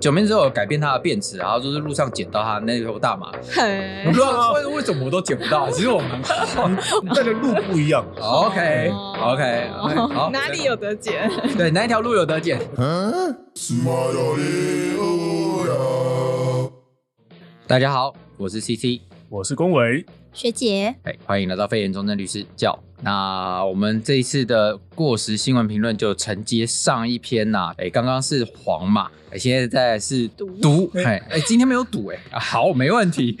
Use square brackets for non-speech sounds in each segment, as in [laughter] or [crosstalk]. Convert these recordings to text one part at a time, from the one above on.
九妹之后有改变她的辩词，然后就是路上捡到她那头大麻， [laughs] 我嘿不哦知道为为什么我都捡不 [laughs] 到，其实我蛮 [laughs] 好。那个路不一样。 OK 哦 OK，好， [laughs] [laughs] 哪里有得捡？对哪一条路有得捡？嗯，大家好，我是 CC，我是龚维，学姐，哎，欢迎来到肺炎中正律师教。那我们这一次的过时新闻评论就承接上一篇呐、哎，刚刚是黄嘛，哎，现在再来是毒毒，哎哎，今天没有赌哎、啊好，没问题。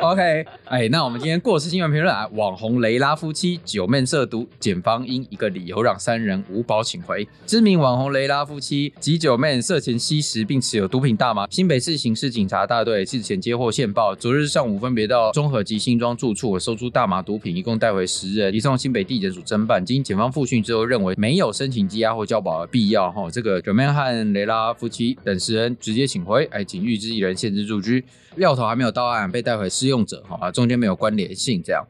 OK，哎，那我们今天过时新闻评论啊，网红雷拉夫妻九面涉毒，检方因一个理由让三人无保请回。知名网红雷拉夫妻及九妹涉嫌吸食并持有毒品大麻，新北市刑事警察大队日前接获线报，昨日上午分别到中和及新庄住处搜出大麻毒品，一共带回十人，移送新北地检署侦办。经检方复讯之后，认为没有申请羁押或交保的必要。哈，这个九妹和雷拉夫妻等十人直接请回，哎，仅预知一人限制住居，料头还没有到案，被带回适用者，哈、啊，中间没有关联性这样。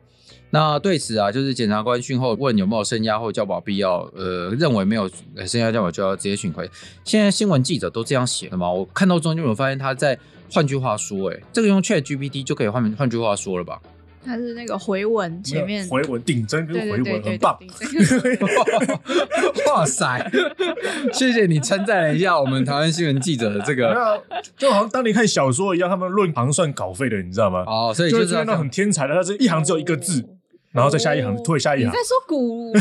那对此啊，就是检察官讯后问有没有声押或交保必要，呃，认为没有呃声押交保就要直接讯回。现在新闻记者都这样写的嘛？我看到中间我发现他在，换句话说、欸，哎，这个用 Chat GPT 就可以换，换句话说了吧？它是那个回文前面，回文顶真跟对对回对对文很对棒，对，[laughs] 对哇塞，谢谢你称赞了一下我们台湾新闻记者的这个那就好像当年看小说一样，他们论行算稿费的，你知道吗？哦，所以就就会是出要现那种很天才的， [laughs] 他是一行只有一个字，然后再下一行，退下一哦你行在。说古？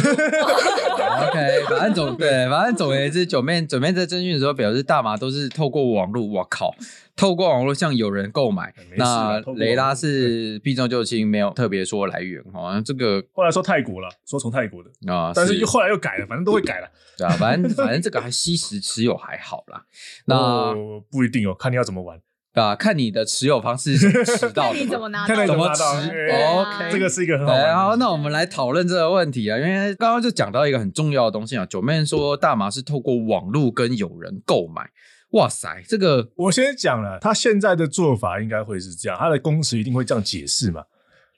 OK，反正 [laughs] 总对，反正总而言之，九妹九妹在征询的时候表示，大麻都是透过网络，我靠，透过网络向有人购买没。事啊那透过网络雷拉是避重就轻，没有特别说来源，好像这个后来说泰国了，说从泰国的，啊， [laughs] 但是又后来又改了，反正都会改了。对啊，反正反正这个还吸食持有还好啦。那、哦不一定哦，看你要怎么玩，啊，看你的持有方式是怎么持到 [laughs] 的看你嘛怎么拿看到你怎怎么么的？拿到。吃哎哦，OK 这个是一个很好对，玩的。然后哎那我们来讨论这个问题啊，因为刚刚就讲到一个很重要的东西啊，九妹说大麻是透过网络跟友人购买，哇塞，这个我先讲了，他现在的做法应该会是这样，他的公司一定会这样解释嘛。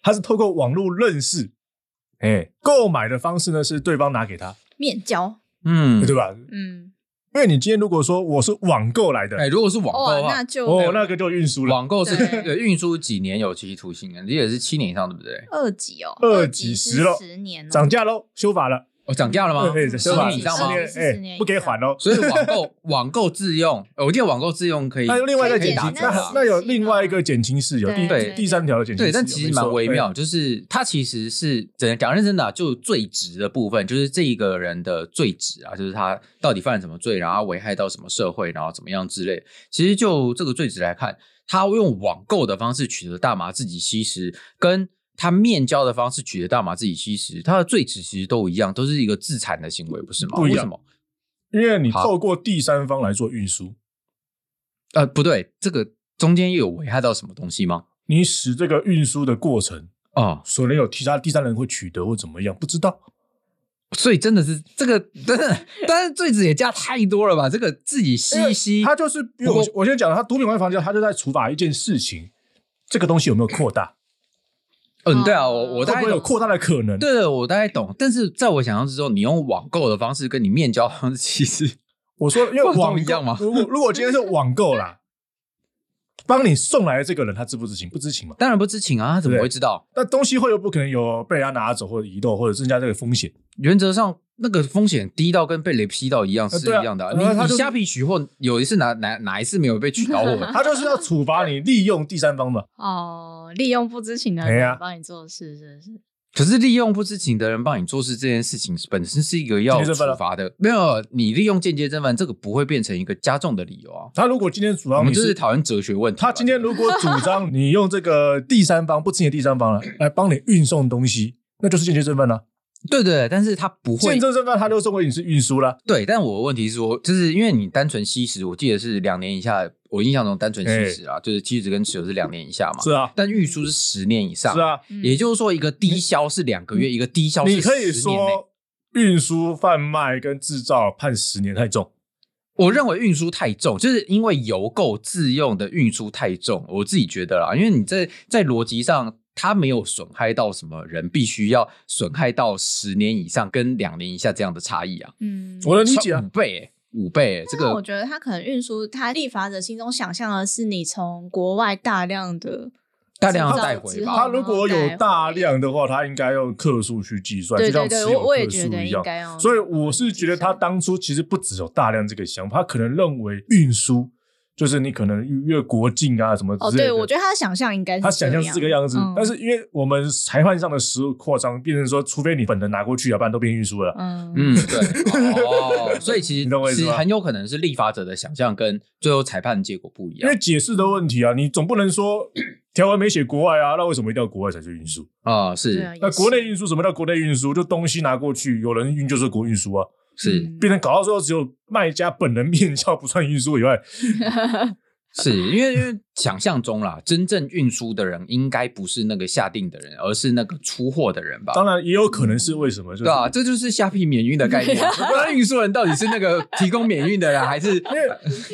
他是透过网络认识，哎、购买的方式呢是对方拿给他，面交，嗯，对吧？嗯，因为你今天如果说我是网购来的，哎、如果是网购哦的，话那，就哦，那个就运输了。网购是 [laughs] 对呃运输几年有期徒刑啊？你也是七年以上，对不对？二级哦，二级级是十了十年哦涨价喽，修法了，哦，涨价了吗？哎十修法年了，以上吗十？年十年十年以上哎，不给还喽。所以网购网购自用，呃我记得网购自用可以，那有另外一个可以减打轻，折那啊那有另外一个减轻事由，对第对第三条的减轻事对，由，但其实蛮微妙，就是它其实是怎样讲认真的啊、就最值的部分，就是这一个人的罪值啊，就是他到底犯了什么罪，然后他危害到什么社会，然后怎么样之类。其实就这个罪值来看，他用网购的方式取得大麻自己吸食，跟他面交的方式取得大麻自己吸食，他的罪值其实都一样，都是一个自产的行为，不是吗？不一为样什么？对，因为你好透过第三方来做运输，呃，不对，这个中间又有危害到什么东西吗？你使这个运输的过程，哦，所能有其他第三人会取得或怎么样，不知道。所以真的是这个， [laughs] 但是但是罪子也加太多了吧？这个自己吸一吸，他就是因为不我过我先讲了，他毒品违反条，他就在处罚一件事情，这个东西有没有扩大，嗯，对啊，我我会大概不会有懂，扩大的可能？对，我大概懂。但是在我想象之中，你用网购的方式跟你面交方式， [laughs] 其实我说，因为不都网购一样吗如果如果今天是网购啦，帮你送来的这个人，他知不知情？不知情嘛。当然不知情啊，他怎么对会知道？那东西会有不可能有被人家拿走或者移动或者增加这个风险？原则上，那个风险低到跟被雷劈到一样呃是对啊一样的啊。然后你他你就是虾皮取货有一次哪哪哪一次没有被取到 [laughs] 货？他就是要处罚你利用第三方嘛。哦，利用不知情的哎人呀帮你做事，是不是？可是利用不知情的人帮你做事这件事情，本身是一个要间接处正犯了罚的。没有，你利用间接正犯，这个不会变成一个加重的理由啊。他如果今天主我张们你就是是，讨论哲学问题吧。他今天如果主张你用这个第三方不知情的第三方来帮你运送东西，那就是间接正犯了。对对，对但是他不会见证正犯，他就认为你是运输啦。对。但我的问题是说，就是因为你单纯吸食，我记得是两年以下，我印象中单纯吸食啊，就是吸食跟持有是两年以下嘛。哎是啊，但运输是十年以上，是。啊。嗯也就是说，一个低消是两个月，一个低消是你可10以年内说运输、贩卖跟制造判十年太重，我认为运输太重，就是因为邮购自用的运输太重，我自己觉得啦，因为你在在逻辑上，它没有损害到什么人，必须要损害到十年以上跟两年以下这样的差异啊，嗯，我能理解啊五。倍、欸，五倍，这那我个觉得他可能运输，他立法者心中想象的是你从国外大量的大量要制造带回之吧后他如果有大量的话，他应该用克数去计算，对就像对持对，有我我也克觉数得一应样。该要。所以我是觉得他当初其实不只有大量这个想法，他可能认为运输就是你可能越国境啊什么哦，之类对，的。我觉得他的想象应该是他想象是这个样子，嗯但是因为我们裁判上的实物扩张，变成说，除非你本人拿过去啊，不然都变运输了。嗯嗯， [laughs] 对，哦，所以其 [laughs] 你实懂我意思其吗实很有可能是立法者的想象跟最后裁判结果不一因样为解释的问题啊，你总不 [clears throat] 能说条文没写国外啊，那为什么一定要国外才去运输？啊、对啊是那也是国内运输什么叫国内运输？就东西拿过去，有人运就是国运输啊，嗯是变成搞到最后只有卖家本人面交不算运输以外，是，因为因为想象中啦，真正运输的人应该不是那个下定的人，而是那个出货的人吧？当然也有可能是为什么？就是啊对啊，这就是虾皮免运的概 [laughs] 念。啊不知道运输人到底是那个提供免运的人，还是因为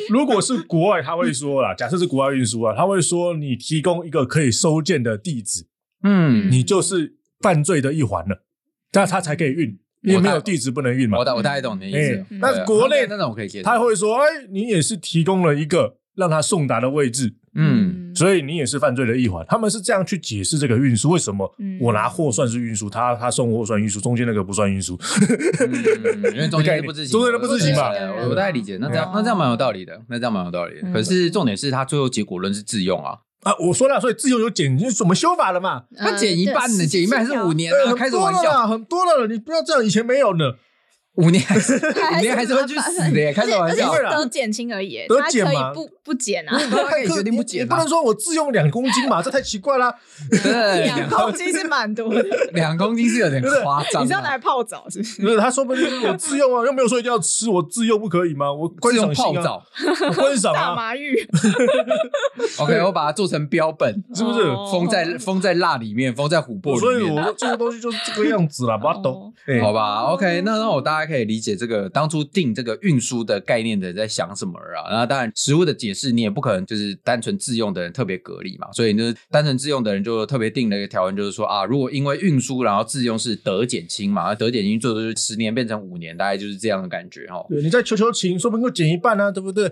如果是国外，他会说啦，假设是国外运输啊，他会说你提供一个可以收件的地址，嗯？你就是犯罪的一环了，那他才可以运，因为没有地址不能运嘛我。大我大概懂你的意思哎。对啊那国内那那种可以接受，嗯他会说，哎，你也是提供了一个让他送达的位置，嗯，所以你也是犯罪的一环。他们是这样去解释这个运输，为什么嗯我拿货算是运输，他他送货算运输，中间那个不算运输？嗯因为中间就不知情，中间就不知情嘛对对对我大概理解，那这样嗯那这样蛮有道理的，那这样蛮有道理的。嗯可是重点是他最后结果论是自用啊，啊，我说了，所以自由有减，你怎么修法了嘛？他减一半呢，减一半还是五，年哎啊？很开什么多玩了笑？啦，很多了，你不要这样，以前没有 [laughs] 呢。五年还是五你年还是会去死的耶，开什么玩笑而？且都减轻而已，得他减可以嘛不不减啊，他可以决定你不减你不啊能，说我自用两公斤 [laughs] 嘛，这太奇怪啦。对，两两公斤是蛮多的，两公斤是有点夸张你是要啊，来泡澡是不是？不是，他说不定就是我自用啊，又没有说一定要吃，我自用不可以吗？我观自用赏性泡啊，澡。我观赏大啊，麻浴 OK，我把它做成标本，是不是？哦封在封在蜡里面，封在琥珀所里以面。我说这个东西就是这个样子 [laughs] 啦，不要懂哦。哎好吧，OK，那那我大家可以理解这个当初定这个运输的概念的人在想什么啊？那当然，食物的解释你也不可能就是单纯自用的人特别隔离嘛，所以就是单纯自用的人就特别定了一个条文，就是说啊，如果因为运输然后自用是得减轻嘛，那得减轻最多就是十年变成五年，大概就是这样的感觉哦。对，你再求求情，说不定就减一半啊，对不对？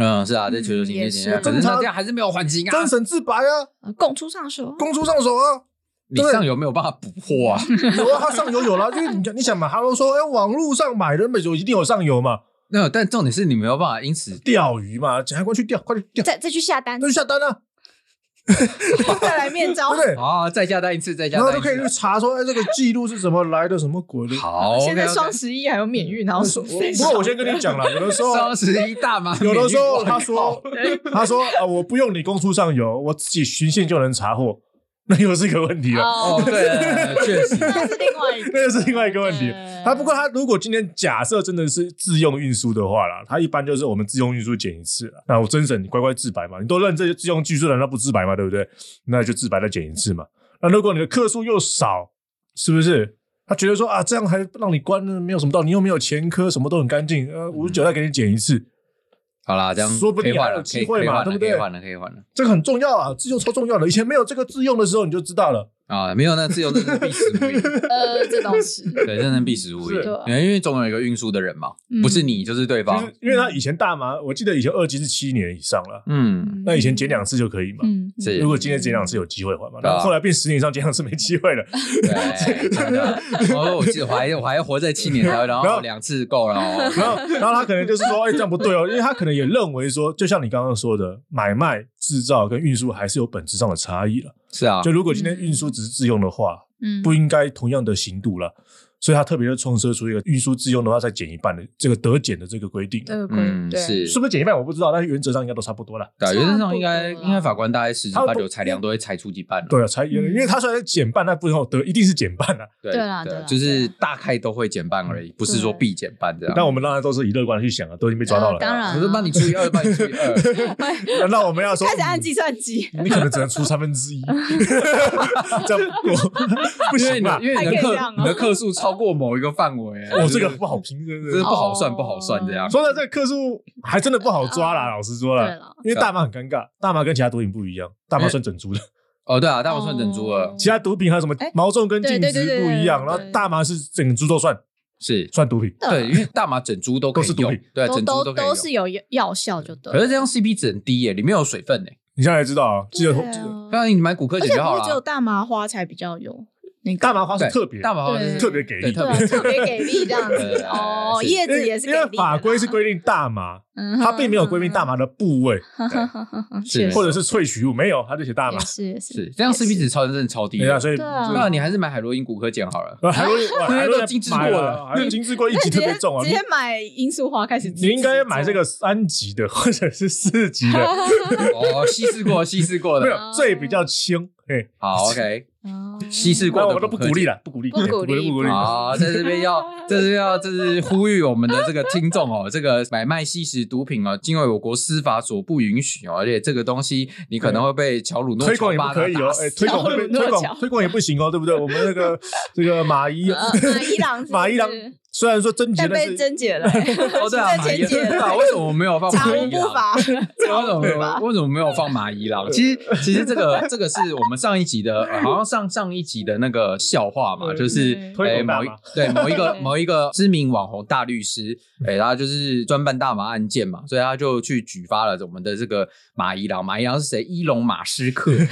嗯，是啊，这嗯求求情也节是情节，可是正常那这样还是没有缓刑啊三。审自白啊，供出上手，公出上手啊，你上游没有办法补货啊？ [laughs] 有啊，他上游有啦，因为你你想嘛，他都说哎，网络上买的美酒一定有上游嘛，那但重点是你没有办法因此钓鱼嘛，检察官去钓，快去钓，再再去下单那，就下单啊，再来面对招不。对？啊再加单一次，再加然后单就一可以去次。啊查说，哎，这个记录是怎么来的，什么鬼的？好，现在 OK，OK 双十一还有免运，然后我什么不过我先跟你 [laughs] 讲了，有的时候双十一大麻，有的时候美女他说，他说啊，我不用你公出上游，我自己巡线就能查获，那又是一个问题了，哦，哦，对，确实，那是另外一个， [laughs] 那又是另外一个问题了。对他不过他如果今天假设真的是自用运输的话啦，他一般就是我们自用运输减一次啦那我真审你乖乖自白嘛，你都认这些自用技术难道不自白嘛？对不对？那就自白再减一次嘛。那如果你的克数又少，是不是？他觉得说啊，这样还让你关没有什么道理，你又没有前科，什么都很干净，呃，五十九再给你减一次， [laughs] 好啦，这样说不定可以换还有了，可以机会可以嘛换了，对可不对以换了，可以换了。这个很重要啊，自用超重要的。以前没有这个自用的时候，你就知道了。啊，没有那自由真的是必死 [laughs] 无疑，呃，这倒是，对，真的必死无疑，是因为总有一个运输的人嘛，啊嗯不是你就是对就方是，因为他以前大麻，我记得以前二级是七年以上了，嗯，那以前减两次就可以嘛。嗯，嗯是如果今天减两次有机会还嘛，对啊然后后来变十年以上减两次没机 [laughs] 会了， [laughs] 对，真的，我我记得我还我还活在七年才会，然然后后两次够了哦，然后然后他可能就是说，哎，这样不对哦，因为他可能也认为说，就像你刚刚说的，买卖、制造跟运输还是有本质上的差异了。是啊就，如果今天运输只是自用的话，嗯不应该同样的刑度了。所以他特别的创设出一个运输自用的话再减一半的这个得减的这个规定，啊这个规嗯，对嗯是，是不是减一半我不知道，但是原则上应该都差不多了。对啊，原则上应该差不多啦应该法官大概十之他不嗯八九裁量都会裁出几半了，对啊，才因为他虽然减半，但不能得一定是减半啊。对对啦对啦就是大概都会减半而已，不是说必减半这样。那我们当然都是以乐观去想啊，都已经被抓到呃了。[laughs] 当啊然啊啊我说帮你除以二，帮你除以二，那，那我们要说开始按计算机，你可能只能出三 [laughs] 分之一，这样我 [laughs] 不因为行你吧的？因为你的还可以克这样哦你的克数超过某一个范围，我这个就是不好评，真真的的。不好算，哦不好算这样。说到这个克数，还真的不好抓啦。老实说啊对啦，了，因为大麻很尴尬，大麻跟其他毒品不一样，大麻算整株的，哦，对啊，大部分整猪了哦，其他毒品还有什么哎毛重跟对净对值对对不一样，对然后对大麻是整株都算，是算毒品。对，因为大麻整株都可以都是毒用品，对，啊都整株都可以用都。是有药效就对了。可是这样 CP 值很低耶，里面有水分呢。你现在才知道啊，记得对啊不然你买骨科而碱且就好不是只有了。啊大麻花才比较有那个，大麻花是对特别大麻花就是对特别给对，对力特啊，别特别给力这样对子对哦，是叶因子为也是因给力为的啦，法规是规定大麻，嗯哼，它并没有规定大麻麻的部位是确实或者是萃取物，没有，它就写大麻也。是也是 [laughs] 是这样也 CP 值超真的超低对啊，的。所以对啊那你还是买海洛因骨科碱好 [laughs] 了。呃海洛因哇因为海洛因都精致买过了了海洛因精致过一级直特接别重啊直。接买罂粟花开始自你己你应该做买这个三级的或者是四级 [laughs] 的，哦，稀释过，稀释过没的。有最比较轻。哎，好，OK，哦稀释过那的我们都不鼓励了，不鼓励，不鼓励不鼓励。啊，在这边要，在这边要，就是呼吁我们的这个听众哦，这个买卖吸食毒品哦，因为我国司法所不允许哦，而且这个东西你可能会被乔鲁诺推广也不乔巴可以打哦，死哎，推广会被乔推鲁诺乔广推广也不行哦，对不对？我们那 [laughs] 个这个马伊呃马伊郎是不是马伊郎 [laughs] 虽然说贞洁，但但被是贞洁了，欸 [laughs] 哦，对 [laughs] 啊，被马伊贞洁对啊，了，为什 [laughs] 么我没有放查马无伊不郎？法， [laughs] 为查什么无没不有法。为什么没有放马伊郎？其实其实这个 [laughs] 这个是我们上一集的，呃好像上上一集的那个笑话嘛，就是嗯推哎广大某一麻对某一个 [laughs] 对某一个知名网红大律师，哎，他就是专办大麻案件嘛，所以他就去举发了我们的这个马伊郎。马伊郎是谁？伊隆马斯克。 [laughs]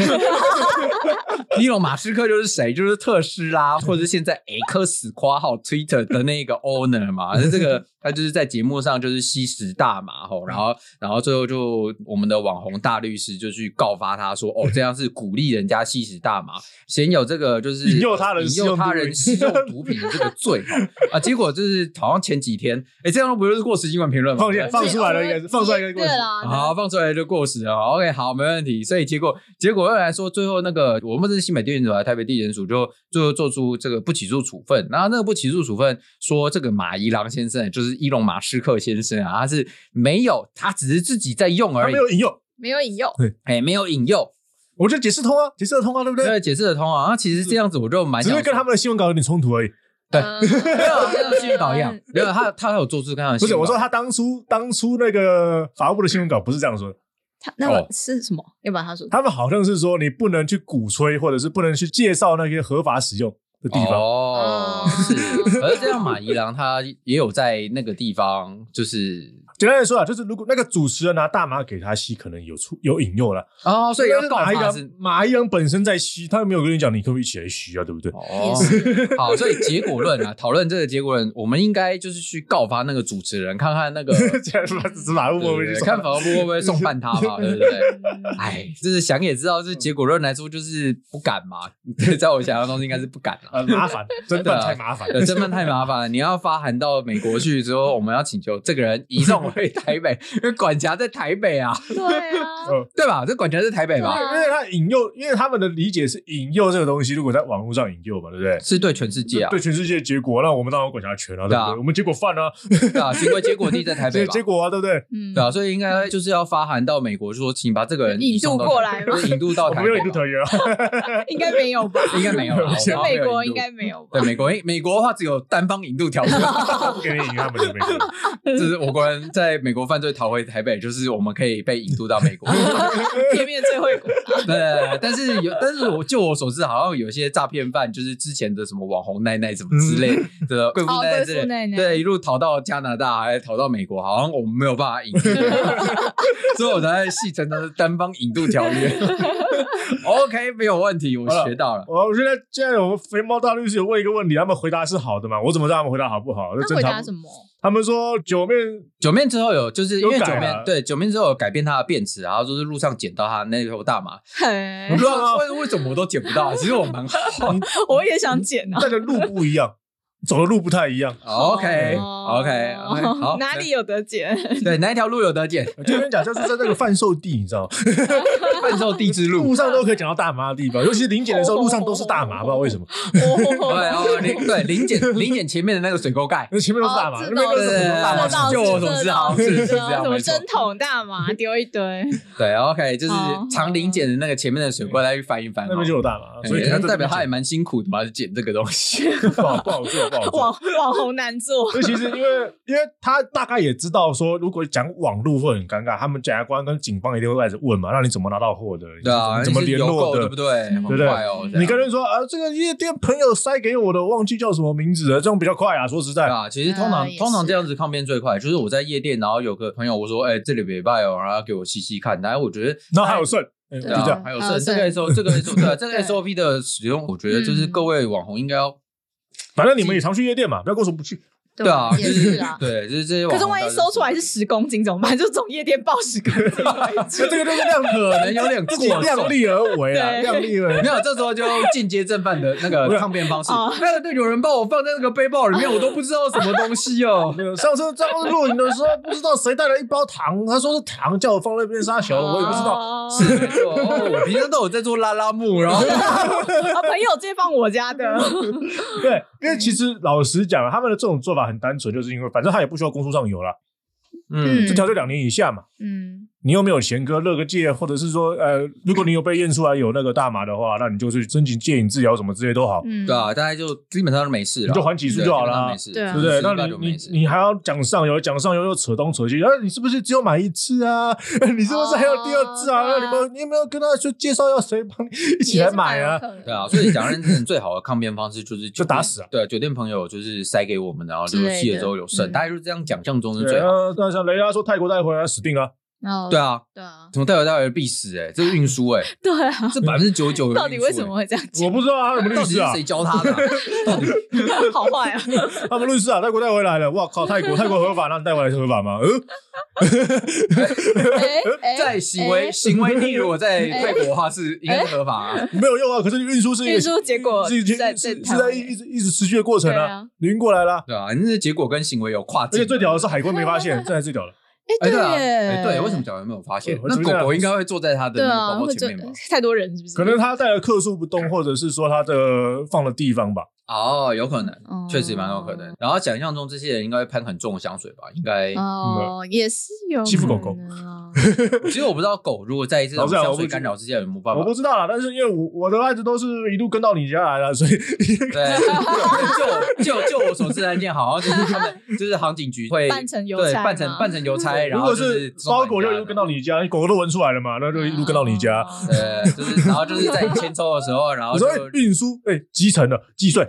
伊隆马斯克就是谁？就是特斯拉，或者是现在 X 括号 Twitter 的那个 owner 嘛。这个他就是在节目上就是吸食大麻吼，然后然后最后就我们的网红大律师就去告发他说，哦，这样是鼓励人家吸食大麻，嫌有这个就是引诱他人引使用诱毒他人品吸用毒品的这个罪吼啊。结果就是好像前几天，哎，这样不就是过时新闻评论吗？放下放出来了应该是放出来应该是对啦，好，放出来就过时了。OK，好，没问题。所以结果结果又来说，最后那个我们这是新北地检署还是台北地检署，就最后做出这个不起诉处分。然后那个不起诉处分说，这个马伊郎先生就是伊隆马斯克先生啊，他是没有，他只是自己在用他而已没，有引诱，没有引诱，哎，没有引诱，我觉得解释通啊，解释得通啊，对不对？这解释得通啊。那其实这样子我就蛮只想是跟说他们的新闻稿有点冲突而已。对啊嗯，没有像新闻稿一样，没有他他有做出跟他的不是，新闻我说稿他当初当初那个法务部的新闻稿不是这样说的，他那哦个是什么？要不然他说他们好像是说你不能去鼓吹，或者是不能去介绍那些合法使用的地方。哦，是。而这样马伊郎他也有在那个地方，就是简单来说啊，就是如果那个主持人拿大麻给他吸，可能有出有引诱了。哦，所以要但是告马伊他琍 [laughs] 是。马伊琍本身在吸，他又没有跟你讲，你可不可以一起来吸啊？对不对？哦也，好，所以结果论啊，讨论这个结果论，我们应该就是去告发那个主持人，看看那 [laughs] 个 [laughs] 这样法法务部对会去对对说看法务部会不会送办他嘛，对不对？嗯哎，就是想也知道，就是结果论来说就是不敢嘛， [laughs] 在我想象中应该是不敢了。啊，麻烦，真对的啊太麻 [laughs] 烦。对，这份太麻烦了。你要发函到美国去之后，我们要请求这个人移送回台 [laughs] 北，因为管辖在台北啊，对啊， [laughs] 呃对吧？这管辖在台北吧？对啊因为他引诱，因为他们的理解是引诱这个东西，如果在网络上引诱嘛，对不对？是对全世界啊对，全世界结果，那我们当然有管辖权了、对对啊不对？我们结果犯啊，对啊，行为结果地在台所北以吧？ [laughs] 结果啊，对不对？嗯对啊，所以应该就是要发函到美国，就说请把这个人引移送渡到过来吗对引渡到我台们又北引渡吧，[laughs] 团员啊，应该没有吧？应该没 [laughs] 有啦，先我们美没有国引应渡该没有吧对？美国，美国的话只有单方引渡条款，不给你赢他们的美国。这是我国人在美国犯罪逃回台北，就是我们可以被引渡到美国。片面最会国， [laughs] 对，但是有，但是我就我所知，好像有些诈骗犯，就是之前的什么网红奶奶什么之类的贵妇哦奶奶贵之妇类奶的，奶对，一路逃到加拿大，还逃到美国，好像我们没有办法引渡， [laughs] 所以我才戏称它是单方引渡条约。OK，没有问题，我学到 [laughs] 了。哦我现在现在我们肥猫大律师有问一个问题，他们回答是好的嘛？我怎么知道他们回答好不好？那他正回常答什么？他们说九面九面之后有，就是因为有九改面啊对九面之后有改变他的辩词，然后就是路上捡到他那头大麻， [laughs] 嘿哎 [laughs] 我不知道啊为为什么我都捡不 [laughs] 到，其实我蛮好。我也想剪啊。带的路不一样，走的路不太一样。 [laughs] OK 哦 OK，好， [laughs] 哪里有得剪？ [laughs] 对哪一条路有得捡？这边讲就是在那个贩售地，你知道吗？贩售地 [laughs] 之路路。上都可以讲到大麻的地方，尤其是零检的时候，路上都是大麻，不知道为什么，对哦，哦，零对零检零检前面的那个水沟盖因，为前面都是大哦麻，那知边道都对是对很多大麻对啊知道对，就我所知好像啊 [laughs] 是是这样，什么没错针。筒 [laughs] 大麻丢一堆，对，OK，就是哦常零检的那个前面的水沟盖去翻一翻哦，那边就有大麻，哎。所以可那能 [laughs] 代表他也蛮辛苦的嘛，捡这个东西。不好不好做。不好做网。网红难做，所以其实因为 [laughs] 因为他大概也知道说，如果讲网路会很尴尬，他们检察官跟警方一定会开始问嘛，那你怎么拿到货的？你对啊，怎么你是联邮络购的？对不对？嗯很快哦，这样你跟人说啊，这个夜店朋友塞给我的，忘记叫什么名字了，这样比较快啊。说实在对，啊，其实通常、呃啊也是通常这样子抗辩最快，就是我在夜店，然后有个朋友我说，哎、这里礼拜哦，然后他给我吸吸看，然后我觉得，然后还有剩，嗯就对啊这啊，样。还有还有剩这个剩 S O 这个 S O [laughs] 对啊、这个对 S O P 的使用，我觉得就是嗯各位网红应该要反正你们也常去夜店嘛，不要跟我说不去。 [laughs] 对啊，就也是啊。对，就是这些网可红。是万一搜出来是十公斤怎么办？就从夜店报十 [laughs] 公斤回那去这个就是量可可能有点自己过量重。力而为啊，对量力而为没。有，这时候就进阶正犯的那 [laughs] 个抗辩方式哦。那个有人把我放在那个背包里面，我都不知道什么东西哦。 [laughs] 没有上次上次录影的时候，不知道谁带了一包糖，他说是糖，叫我放那边杀球，我也不知道。哦 [laughs] 是 [laughs] 没错哦，我平常都有在做拉拉木，然后啊，朋友借放我 [laughs] 家的， [laughs] 对， [laughs] 因为其嗯实老实讲，啊他们的这种做法很单纯，就是因为反正他也不需要公诉上游了，嗯，这条就两年以下嘛。嗯，你又没有前科，乐个戒，或者是说，呃，如果你有被验出来有那个大麻的话，那你就去申请戒瘾治疗什么之类都好，嗯对啊，大概就基本上都没事了，你就还起诉对就好基了本上啊没，事，对啊对不对？基那本你上就没你事你还要讲上游，讲上游又扯东扯西，然呃后你是不是只有买一次啊？ [laughs] 你是不是还有第二次啊？哦对啊那你们你有没有跟他说介绍要谁帮你一起也来是蛮买有啊？可能对啊，，所以讲认真最好的抗辩方式就是就打死啊酒店对，酒店朋友就是塞给我们，然后就之是类的吸了之后有剩，嗯大概就是这样讲，这样中是对最好。啊，那像雷拉说泰国带回来死定 [laughs] 了，哦对啊，对啊，怎么带回带回必死哎，这是运输哎，对啊，这百分之九九到底为什么？会这样我讲？不知道他什么律欸到底师是啊，谁教他的啊？到底 [laughs] 好坏 [laughs] 啊， [laughs] 他们律师啊，泰国带回来了，哇靠，泰国泰国合法，那带回来是合法吗？嗯，哎哎在行为哎行为例如我在泰国的话是应该是合法啊，没有用啊，可是运输是一个运输结果是是在在是是台在湾一一直一直持续的过程对啊啊，你运过来啦。对啊，那是结果跟行为有跨而界。且最屌的是海关没 [laughs] 发现，这才最屌的。哎，哎对啊，耶哎对，为什么小孩没有发现？我那我狗觉得狗应该会坐在他的对那个啊，包包会前这面吧？太多人是不是？可能他带的克数不动，或者是说他的放的地方吧。哦，有可能，哦确实蛮有可能。然后想象中这些人应该会喷很重的香水吧？应该，哦，也是有欺负狗狗可能 [laughs] 啊其实我不知道狗如果在这种老实讲香我不水觉得干扰之下有没有办法我不。知道啦，但是因为我我的案子都是一路跟到你家来 [laughs] 了，所以对，就就就我所知的案件，好像就是他们就是航警局会扮成邮对差嘛扮成扮成邮差，然 [laughs] 如后果就是送到包裹你就家一路跟到你家，狗狗都闻出来了嘛，那就一路跟到你家。哦呃，就是然后就是在你签收的时候，然后我就说哎运输哎，集成了，计税，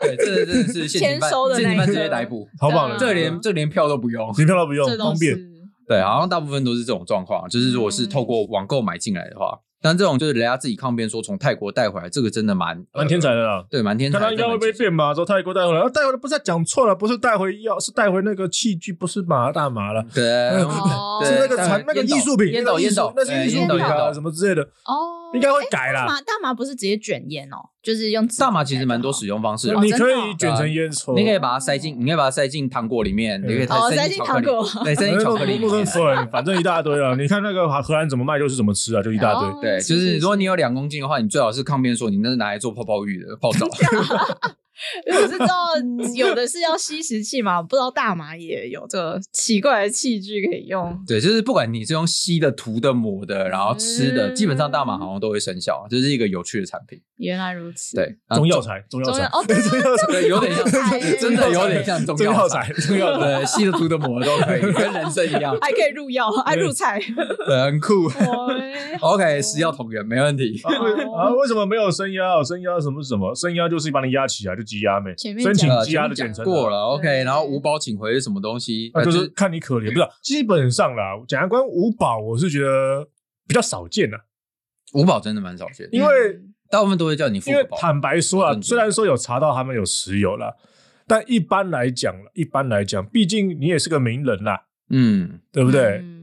对，这真的是现行犯签收的那一现行犯直接刻逮捕，好棒对啊的，这连这连票都不用。门票都不用这，方都便。是对，好像大部分都是这种状况，就是如果是透嗯过网购买进来的话，但这种就是人家自己抗辩说从泰国带回来，这个真的蛮蛮天，才呃的啦。对，蛮天才看的。他应该会被变嘛，说泰国带回来，啊带回来不是讲错了，不是带回药，是带回那个器具，不是麻大麻了，对，哦对是那个带回产那个烟斗艺术品，烟那斗个烟艺术斗，那是哎艺术烟斗品烟啊，斗什么之类的，哦，应该会大改啦。麻大麻不是直接卷烟哦，就是用大麻其实蛮多使用方式的，你你哦真可的哦以卷成烟抽，可以把它塞进，你可以把它塞进糖果里面，嗯哎你可以哦塞塞进进巧克力糖果，对，塞进巧克力里木面跟。粉，反正一大堆了。你看那个荷兰怎么卖就是怎么吃啊，就一大堆。哦对，就是如果你有两公斤的话，你最好是抗辩说你那是拿来做泡泡浴的泡 [laughs] 澡。 [laughs] 因为我是知道有的是要吸食器嘛，不知道大麻也有这个奇怪的器具可以用。对，就是不管你是用吸的、涂的、抹的，然后吃的，嗯基本上大麻好像都会生效，啊这、是一个有趣的产品。原来如此，，对，啊嗯中药材，中药中材药，哦，对啊中药材，对，有点像， [laughs] 真的有点像中中药药材材，，中药材。对，吸的、涂的、抹的都可以，跟人生一样，还可以入药，还入菜。 [laughs] 对，很酷。喂 OK，食药同源没问题。啊为啊，为什么没有升压？有升压什么什么？升压就是把你压起来，就积压没。前面申请讲了积压的简呃称啊过了，OK，对然后五保请回是什么东西？那呃就是看你可怜，不是？啊基本上啦，检察官五保我是觉得比较少见啊啦，五保真的蛮少见的，因为嗯大部分都会叫你付因为保。坦白说保啊证，金虽然说有查到他们有持有啦，但一般来讲啦，一般来讲，毕竟你也是个名人啦，嗯，对不对？嗯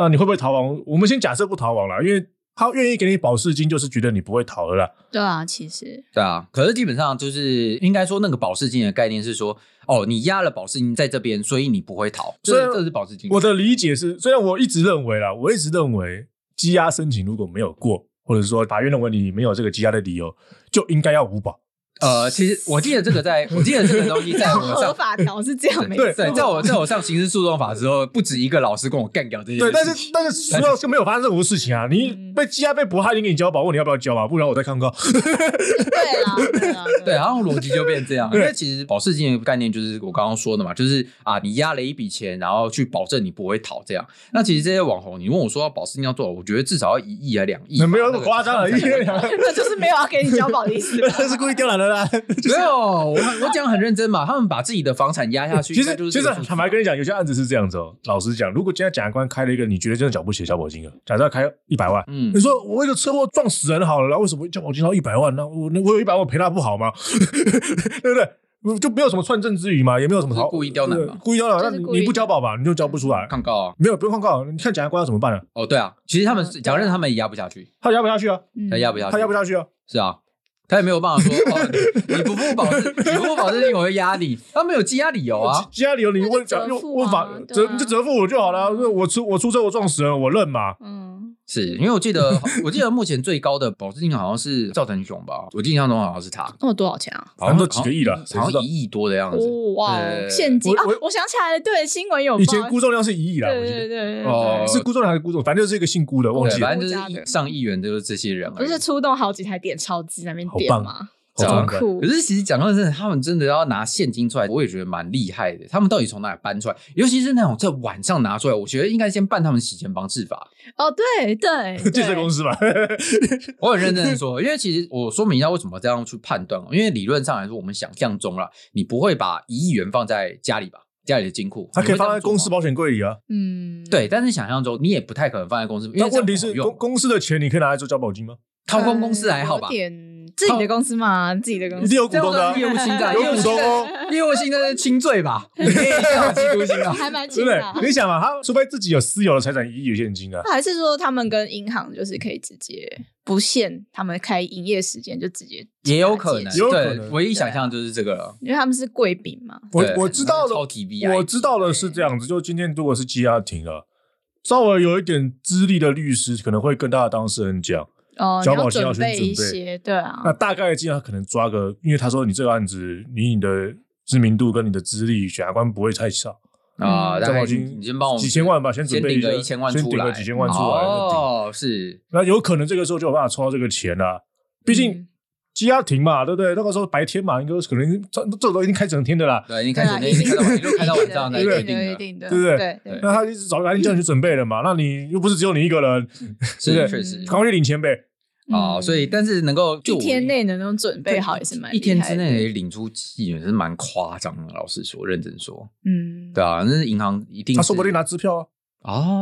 那你会不会逃亡？我们先假设不逃亡啦，因为他愿意给你保释金，就是觉得你不会逃了啦。对啊，其实对啊。可是基本上就是应该说那个保释金的概念是说，哦，你压了保释金在这边，所以你不会逃，这虽然这是保释金。我的理解是，虽然我一直认为啦，我一直认为羁押申请如果没有过，或者说法院认为你没有这个羁押的理由，就应该要无保。呃，其实我记得这个 [laughs] 在，我记得这个东西在照我合上。法条是这样没对对，错。在我在我上刑事诉讼法之后，不止一个老师跟我干掉这件事情。对，但是但是除了就没有发生任何事情啊！嗯你被羁押被捕，他已经给你交保，问你要不要交吧，不然我再看告。对啦，对啊啦， [laughs] 对，然后逻辑就变这 [laughs] 样。因对为其实保释金的概念就是我刚刚说的嘛，就是啊，你压了一笔钱，然后去保证你不会逃这样。那其实这些网红，你问我说要保释金要做，我觉得至少要一亿啊两亿吧，没有那么夸张而已， [laughs] 那就是没有要给你交保的意思吧。 [laughs] 他是故意刁难的啦。没有，我我讲很认真嘛，他们把自己的房产压下去，其应该实就是其这实个数字坦白跟你讲，有些案子是这样子哦。老实讲，如果今天检察官开了一个你觉得真的缴不起的交保金额，假设要开一百万，嗯你，说我一个车祸撞死人好了，然后为什么交保金要一百万？那我那我有一百万我赔他不好吗？ [laughs] 对不对？就没有什么串证之余嘛，也没有什么就是逃故意刁难嘛对故意刁难，就那是你故意你不交保吧，你就交不出来。抗告啊，没有，不用控告，你看检察官要怎么办呢？哦对啊，其实他们嗯对啊讲认他们也压不下去，他压不下去啊？嗯他压不下去，他压不下去啊？是啊，他也没有办法说哦，你你不付保释，你不付保证金，我会压你，他没有羁押理由啊。其他理由你那就问折讲用付问法啊对折啊你就折付我就好了啊。我出我出车我撞死人，我认嘛。嗯，是因为我记得， [laughs] 我记得目前最高的保释金好像是赵腾雄吧，我印象中好像是他，那我多少钱啊？好像反正都几个亿了谁好知道像一亿多的样子。哦哇对对对哦，现金我啊我！我想起来了，对，新闻有报。以前估重量是一亿啦，对我记得对对对哦对，是估重量还是估重，反正就是一个姓估的，忘记对，了。反正就是对一上亿元就是这些人而不已。是出动好几台点钞机在那边点好棒吗？好棒超对酷可！是其实讲到真的，他们真的要拿现金出来，我也觉得蛮厉害的。他们到底从哪里搬出来？尤其是那种在晚上拿出来，我觉得应该先办他们洗钱防治 [laughs] 法。哦，对对，建设公司司吧， [laughs] 我很认真的说，因为其实我说明一下为什么这样去判断哦。因为理论上来说，我们想象中啦，你不会把一亿元放在家里吧？家里的金库，它可你以会这样放在做吗公司保险柜里啊。嗯，对，但是想象中你也不太可能放在公司，因为那这样问题不好是用公公司的钱你可以拿来做交保金吗？掏空公司还好呃吧有？点自己的公司嘛，自己的公一司定有股这样东的啊算，业务侵占，有业务股侵东占哦。业务性的轻罪吧，你可以 [laughs] 大起毒心啊。还蛮轻对不的啊。对？你想嘛，他除非自己有私有的财产一亿有现金啊，那还是说他们跟银行就是可以直接不限他们开营业时间就直接，也有可能，也有可能对，唯一想象就是这个了。因为他们是贵宾嘛。我对我知道超了，级 VIP，我知道的是这样子，就今天如果是羁押庭了，稍微有一点资历的律师可能会跟他的当事人讲，哦，你交保要金要准先备一准备些，对啊，那大概的金额可能抓个，因为他说你这个案子，你你的知名度跟你的资历，检察官不会太少，啊，大嗯交概保你金你先帮我们几千万吧，先准先备顶一下个一千万先出顶来，个几千万出来，嗯哦，是那有可能这个时候就有办法抽到这个钱啦、毕竟嗯羁押庭嘛，对不对？那个时候白天嘛，应该可能这这都已经开整天的啦。对，你对开始啊那天看到晚，一路看到晚上才一定决的定一的，定的，对不对对那他一直早白天叫你去准备了嘛，那你又不是只有你一个人，是对的不确对？实嗯赶快去领钱呗。啊，嗯所以但是能够就一我天内能够准备好也是蛮一天厉害之的内，领出几亿元是蛮夸张的，老实说，认真说，嗯，对啊，那银行一定他是说不定拿支票啊，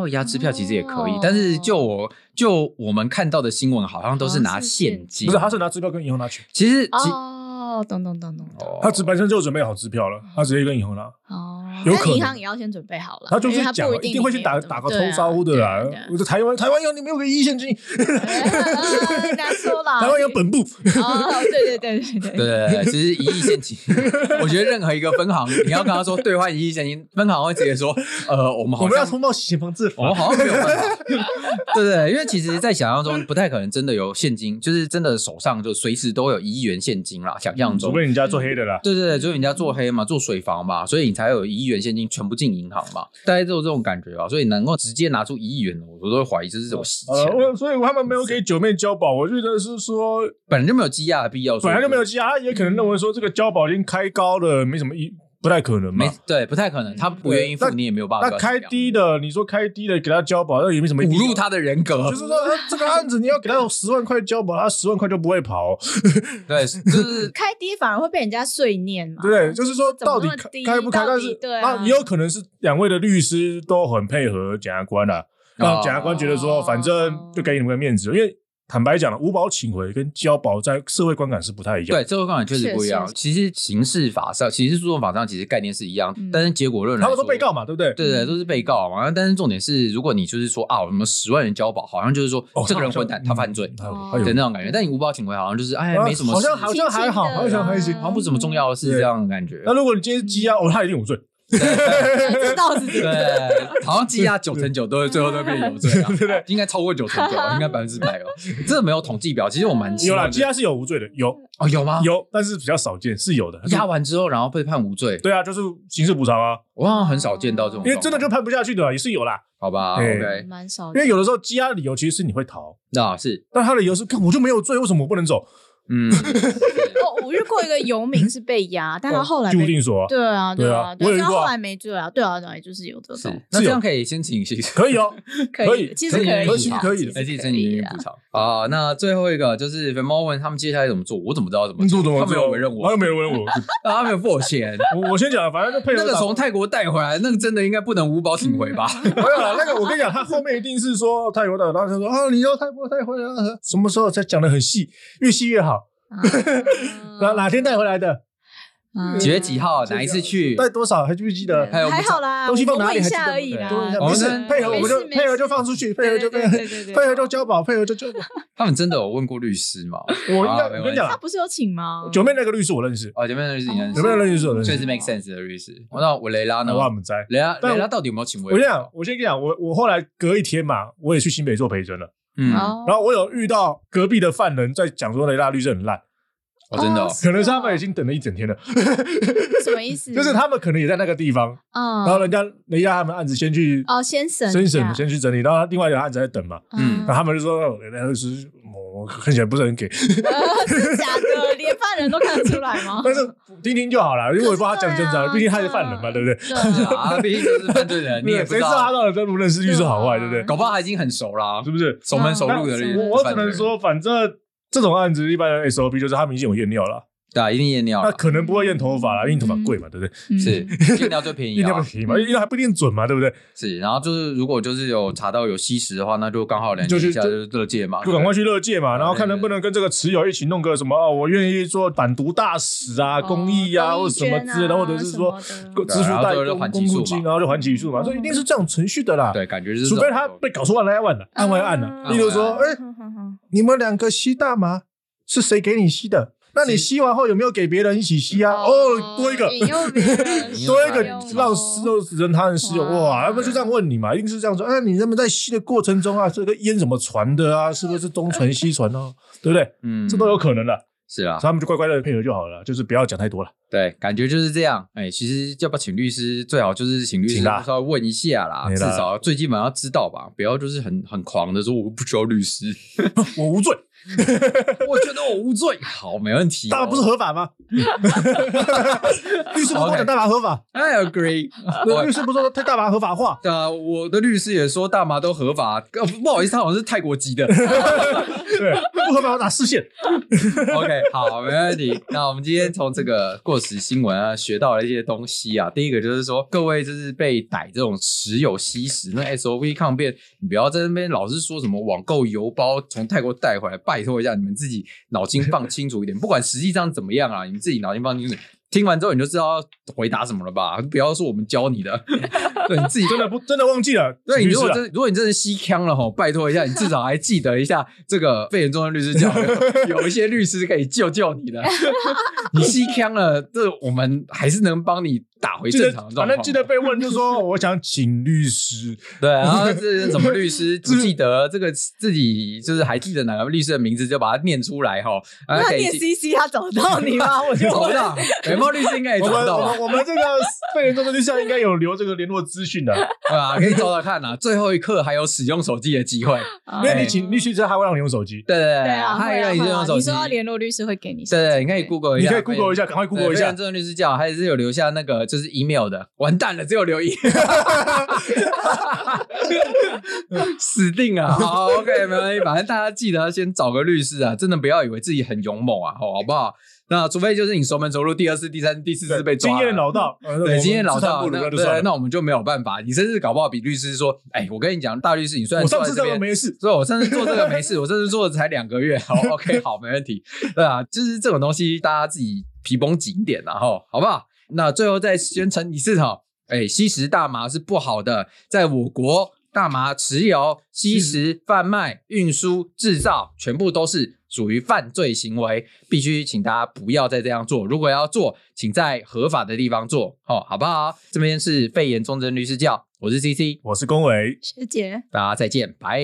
哦，压支票其实也可以，哦哦但是就我就我们看到的新闻，好像都是拿好像是现现金，不是，他是拿支票跟银行拿钱，其实啊其哦，懂懂懂懂懂，哦他只本身就准备好支票了，他直接跟银行拿，哦，有但可银能行也要先准备好了，他就因是为它讲不一定定会去里面打有什么打个对啊通招呼的啦对啊。我在台湾台湾有你没有个一亿现金，对啊 [laughs] 呃难说啦，台湾有本部，哦，对对对对对对，对，其实一亿现金，我觉得任何一个分行，你要跟他说兑换一亿现金，分行会直接说，呃，我们 [laughs] 我好们要像通报洗钱防治我们。法好像没有办法，对不对？因为其实，在想象中不太可能真的有现金，就是真的手上就随时都有一亿元现金啦，想象嗯除中。非人家做黑的啦，对对对，就是人家做黑嘛，做水房嘛，所以你才有一亿元现金全部进银行嘛，大家都有这种感觉吧。所以能够直接拿出一亿元的，我都会怀疑这是种洗呃，钱，我所以他们没有给九妹交保，我觉得是说本来就没有积压的必要，本来就没有积压，他也可能认为说这个交保已经开高了，没什么意，不太可能嘛没。对，不太可能，他不愿意付，嗯对那你也没有办法那跟他开怎么样。低的，你说开低的给他交保，那也没什么意义啊侮辱，他的人格，就是 [laughs] 说呃这个案子你要给他十万块交保，他十万块就不会跑，对， [laughs] 就是开低反而会被人家碎念嘛，对不对？就是说怎么到底那么开低开不开，到但底是对啊那也有可能是两位的律师都很配合检察官啊，让检察官觉得说哦反正就给你们个面子，因为。坦白讲了，五保请回跟交保在社会观感是不太一样。对，社会观感确实不一样确。实其实刑事法上、刑事诉讼法上其实概念是一样，嗯但是结果论来他们说都被告嗯嘛，对不对？对对，都是被告嘛。但是重点是，如果你就是说啊，我们十万元交保，好像就是说、哦，这个人混蛋，他犯罪他哦他有的那种感觉。但你无包请回，好像就是哎，嗯啊没什么好事，像好像还好，轻轻的好像还对行。好像不怎么重要的事对这样的感觉嗯那。如果你今天是羁押，哦，他一定有罪，这倒是真的。对，好像积 [laughs] 压九成九都会最后都变有罪啊，对 [laughs] 对对应该超过九成九，应该百分之百 [laughs] 哦。这没有统计表，其实我蛮希有啦，望积压是有无罪的，有哦，有啊吗？有，但是比较少见，是有的。压完之后，然后被判无罪，对啊，就是刑事补偿啊，我好像很少见到这种状因况，为真的就哎判不下去的啊也是有啦。好吧对，OK，蛮少因见，为有的时候积压的理由其实是你会逃，那是但他的理由是，看我就没有罪，为什么我不能走？ [laughs] 嗯，哦，我遇过一个游民是被压，但他后来拘留没定所啊，对啊，对啊，对啊我有对遇啊，他过啊后来没罪啊，对啊，对啊，就是有这是 [laughs] 种，那这样可以申请刑事 [laughs] 可以哦，可可以以的，其实可以可以可的，以其可以的而且实申可请以原因的补。偿啊。那最后一个就是 v e m o 问他们接下来怎么做，我怎么知道怎么你 [laughs] 做怎么他做？没有委任他我又，没有委任我。啊他没有付我钱。我我先讲，反正就配合那个打从泰国带回来，那个真的应该不能无保请回吧？没有了，那个我跟你讲，他后面一定是说泰国的，然后他说啊，你要泰国带回来啊，什么时候才讲的很细，越细越好。哪哪天带回来的，[laughs] 嗯几月几号？哪一次 [laughs] 去？哦带多少还记不记得？还有还好啦，东西放我哪问里一还记下得而已啦，对对我没们事在，配合我们就没事配合就放出去，配合就配合，对对对对配合就交保，配合就交保。他们真的有问过律师吗？我应啊该没我跟你他讲，不是有请吗？九妹那个律师我认识，哦，前面的律师你认识，有没有人律师我认所以识？是 make sense 的律师。那我雷拉呢那？我们在。雷拉但雷拉到底有没有请我跟回你？讲，我先跟你讲，我我后来隔一天嘛，我也去新北做陪诊了。嗯，哦然后我有遇到隔壁的犯人在讲说雷大律师很烂，哦，真的哦，可能是他们已经等了一整天了，什么意思？就是他们可能也在那个地方，嗯，然后人家人家他们案子先去哦，先审先一审下，先去整理，然后另外一个案子在等嘛，嗯然后他们就说哦雷大律师我我看起来不是很给，？呃是假的，连犯人都看得出来吗 [laughs] 但是听听就好了，因为我也不知道他讲真对啊假，毕竟他是犯人嘛，对不对？对啊啊，毕竟就是犯罪人，你也不知谁知道他道，到底真不认识律师好坏，对对啊不对？搞不好他已经很熟啦是，不是？熟门熟路的律对师。我我只犯罪能人，说，反正这种案子一般的 SOP 就是他们已经有验尿了，对啊，一定验尿那啦，可能不会验头发了，因为头发贵嘛，对不对？[laughs] 嗯 [laughs] 是验尿最便宜验尿啊不，行嘛，因为还不一定准嘛，对不对？是。然后就是如果就是有查到有吸食的话，那就刚好了解就去一下，就就是乐界嘛，就赶快去乐界嘛，啊对然后看能不能跟这个持有一起弄个什么，哦、我愿意做反毒大使啊、公益哦啊，或者什么之类的，或者是说什么的支啊付然后贷最后就公还公起诉募嘛金，然后就还起诉嘛，嗯所以一定是这种程序的啦。对，，感觉是这除种，非他被搞出万来万了，案外案了。嗯例如说，嗯哎、哼哼哼你们两个吸大麻是谁给你吸的？那你吸完后有没有给别人一起吸啊？哦，多一个。引诱别人引诱多一个别哦人让私有人他人啊私有哇哇，要不就这样问你嘛，一定是这样说。哎，你那么在吸的过程中啊，这个烟怎么传的啊？是不是东传西传哦？对不对？嗯，这都有可能的，是啊所以，他们就乖乖的配合就好了，就是不要讲太多了。对，感觉就是这样。哎、其实要不要请律师，最好就是请律师请啦稍微问一下啦，没至啦少最基本要知道吧，不要就是很很狂的说我不需要律师， [laughs] 我无罪，我觉得我无罪。好，没问题、哦大麻不是合法 [laughs] 吗？律师不是说 OK 大麻合法， I [laughs] agree 对我。律师不是说大麻合 [laughs] 法化，对啊，我的律师也说大麻都合法，呃，不不好意思，他好像是泰国籍的。对，不合法我打视线。 OK，好，没问题。那我们今天从这个过时新闻啊，学到了一些东西啊。第一个就是说，各位就是被逮这种持有吸食那 SOP 抗辩，你不要在那边老是说什么网购邮包从泰国带回来，拜托一下，你们自己脑筋放清楚一点。不管实际上怎么样啊，你们自己脑筋放清楚。听完之后你就知道要回答什么了吧？不要说我们教你的，对 [laughs] 你自己真的不真的忘记了，对你请律如师果啊真如果你真的吸腔了吼，拜托一下，你至少还记得一下这个被人中的律师教 [laughs] 育，有一些律师可以救救你 [laughs] 的。你吸腔了，这我们还是能帮你打回记正得常的状反况。正记得被问，就说我想请律师，对，然后 [laughs] 这什么律师不记得这个自己就是还记得哪个律师的名字，就把它念出来吼。啊，那可以念记 CC 他找到你 [laughs] 吗？我就 [laughs] 找不问到，美貌律师应该也我找们不到我吧们？我们 [laughs] 这个被人中的对象应该有留这个联络资讯的，对啊，可以找找看啊。最后一刻还有使用手机的机会，啊因为哎你请律师之后，他会让你用手机，对对对， [laughs] 对啊，他会也啊让你会用啊手你机说。要联络律师会给你手机，对对，你可以 Google 一你下，可以 Google 一下，赶快 Google 一下正，律师教还是有留下那个就是 email 的，完蛋了，只有留 [laughs] email，死定了。好，OK，没关系，反正大家记得要先找个律师啊，真的不要以为自己很勇猛啊，好好不好？那除非就是你熟门熟路，第二次、第三次、第四次对被抓经了，验老道，呃我对，们经验老自叹道，不如那那就算对，了那我们就没有办法。你甚至搞不好比律师说，哎，我跟你讲，大律师，你虽然我上坐在次这这边样没事，所以我上次做这个没事，我这次做了才两个月，好 OK，好，没问题，对啊，就是这种东西，大家自己皮绷紧一点啊，然后好不好？那最后再宣称一次哈，哎，吸食大麻是不好的，在我国。大麻、持有、吸食、贩卖、运输、制造，全部都是属于犯罪行为，必须请大家不要再这样做。如果要做，请在合法的地方做，哦，好不好？这边是肺炎重症律师教，我是 C C，我是龚维，学姐。大家再见，拜。